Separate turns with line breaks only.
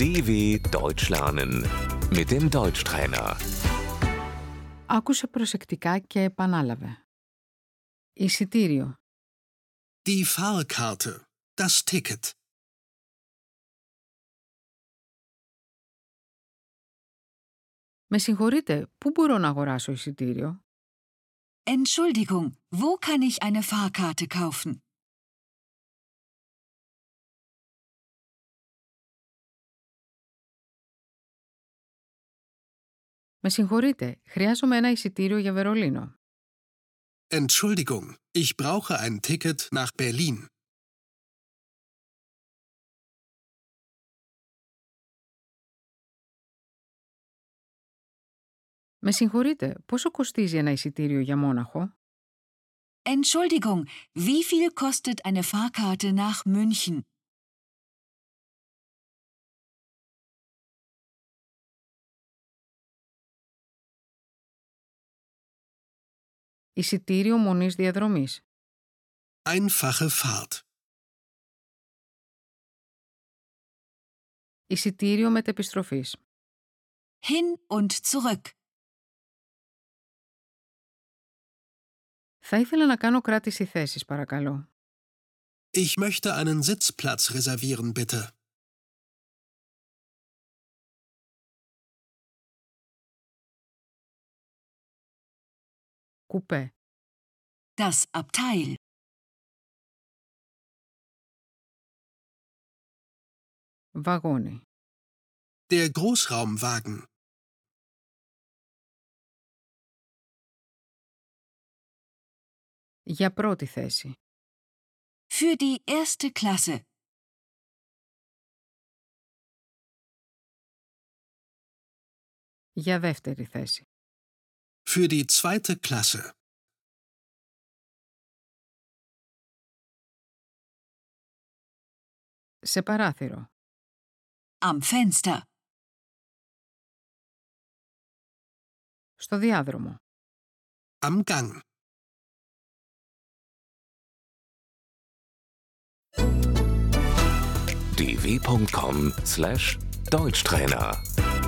DW Deutsch lernen mit dem Deutschtrainer.
Άκουσε προσεκτικά και επανάλαβε. Εισιτήριο.
Die Fahrkarte. Das Ticket.
Με συγχωρείτε, πού μπορώ να αγοράσω εισιτήριο?
Entschuldigung, wo kann ich eine Fahrkarte kaufen?
Με συγχωρείτε, χρειάζομαι ένα εισιτήριο για Βερολίνο.
Entschuldigung, ich brauche ein Ticket nach Berlin.
Με συγχωρείτε, πόσο κοστίζει ένα εισιτήριο για Μόναχο?
Entschuldigung, wie viel kostet eine Fahrkarte nach München?
Εισιτήριο μονής διαδρομής.
Einfache Fahrt.
Εισιτήριο μετεπιστροφής.
Hin und zurück.
Θα ήθελα να κάνω κράτηση θέσης, παρακαλώ.
Ich möchte einen Sitzplatz reservieren, bitte.
Κουπέ.
Das Abteil.
Βαγόνι.
Der Großraumwagen.
Για πρώτη θέση.
Für die erste Klasse.
Για δεύτερη θέση.
Für die zweite Klasse.
Σε παράθυρο.
Am Fenster.
Στο διάδρομο.
Am Gang.
dw.com/deutschtrainer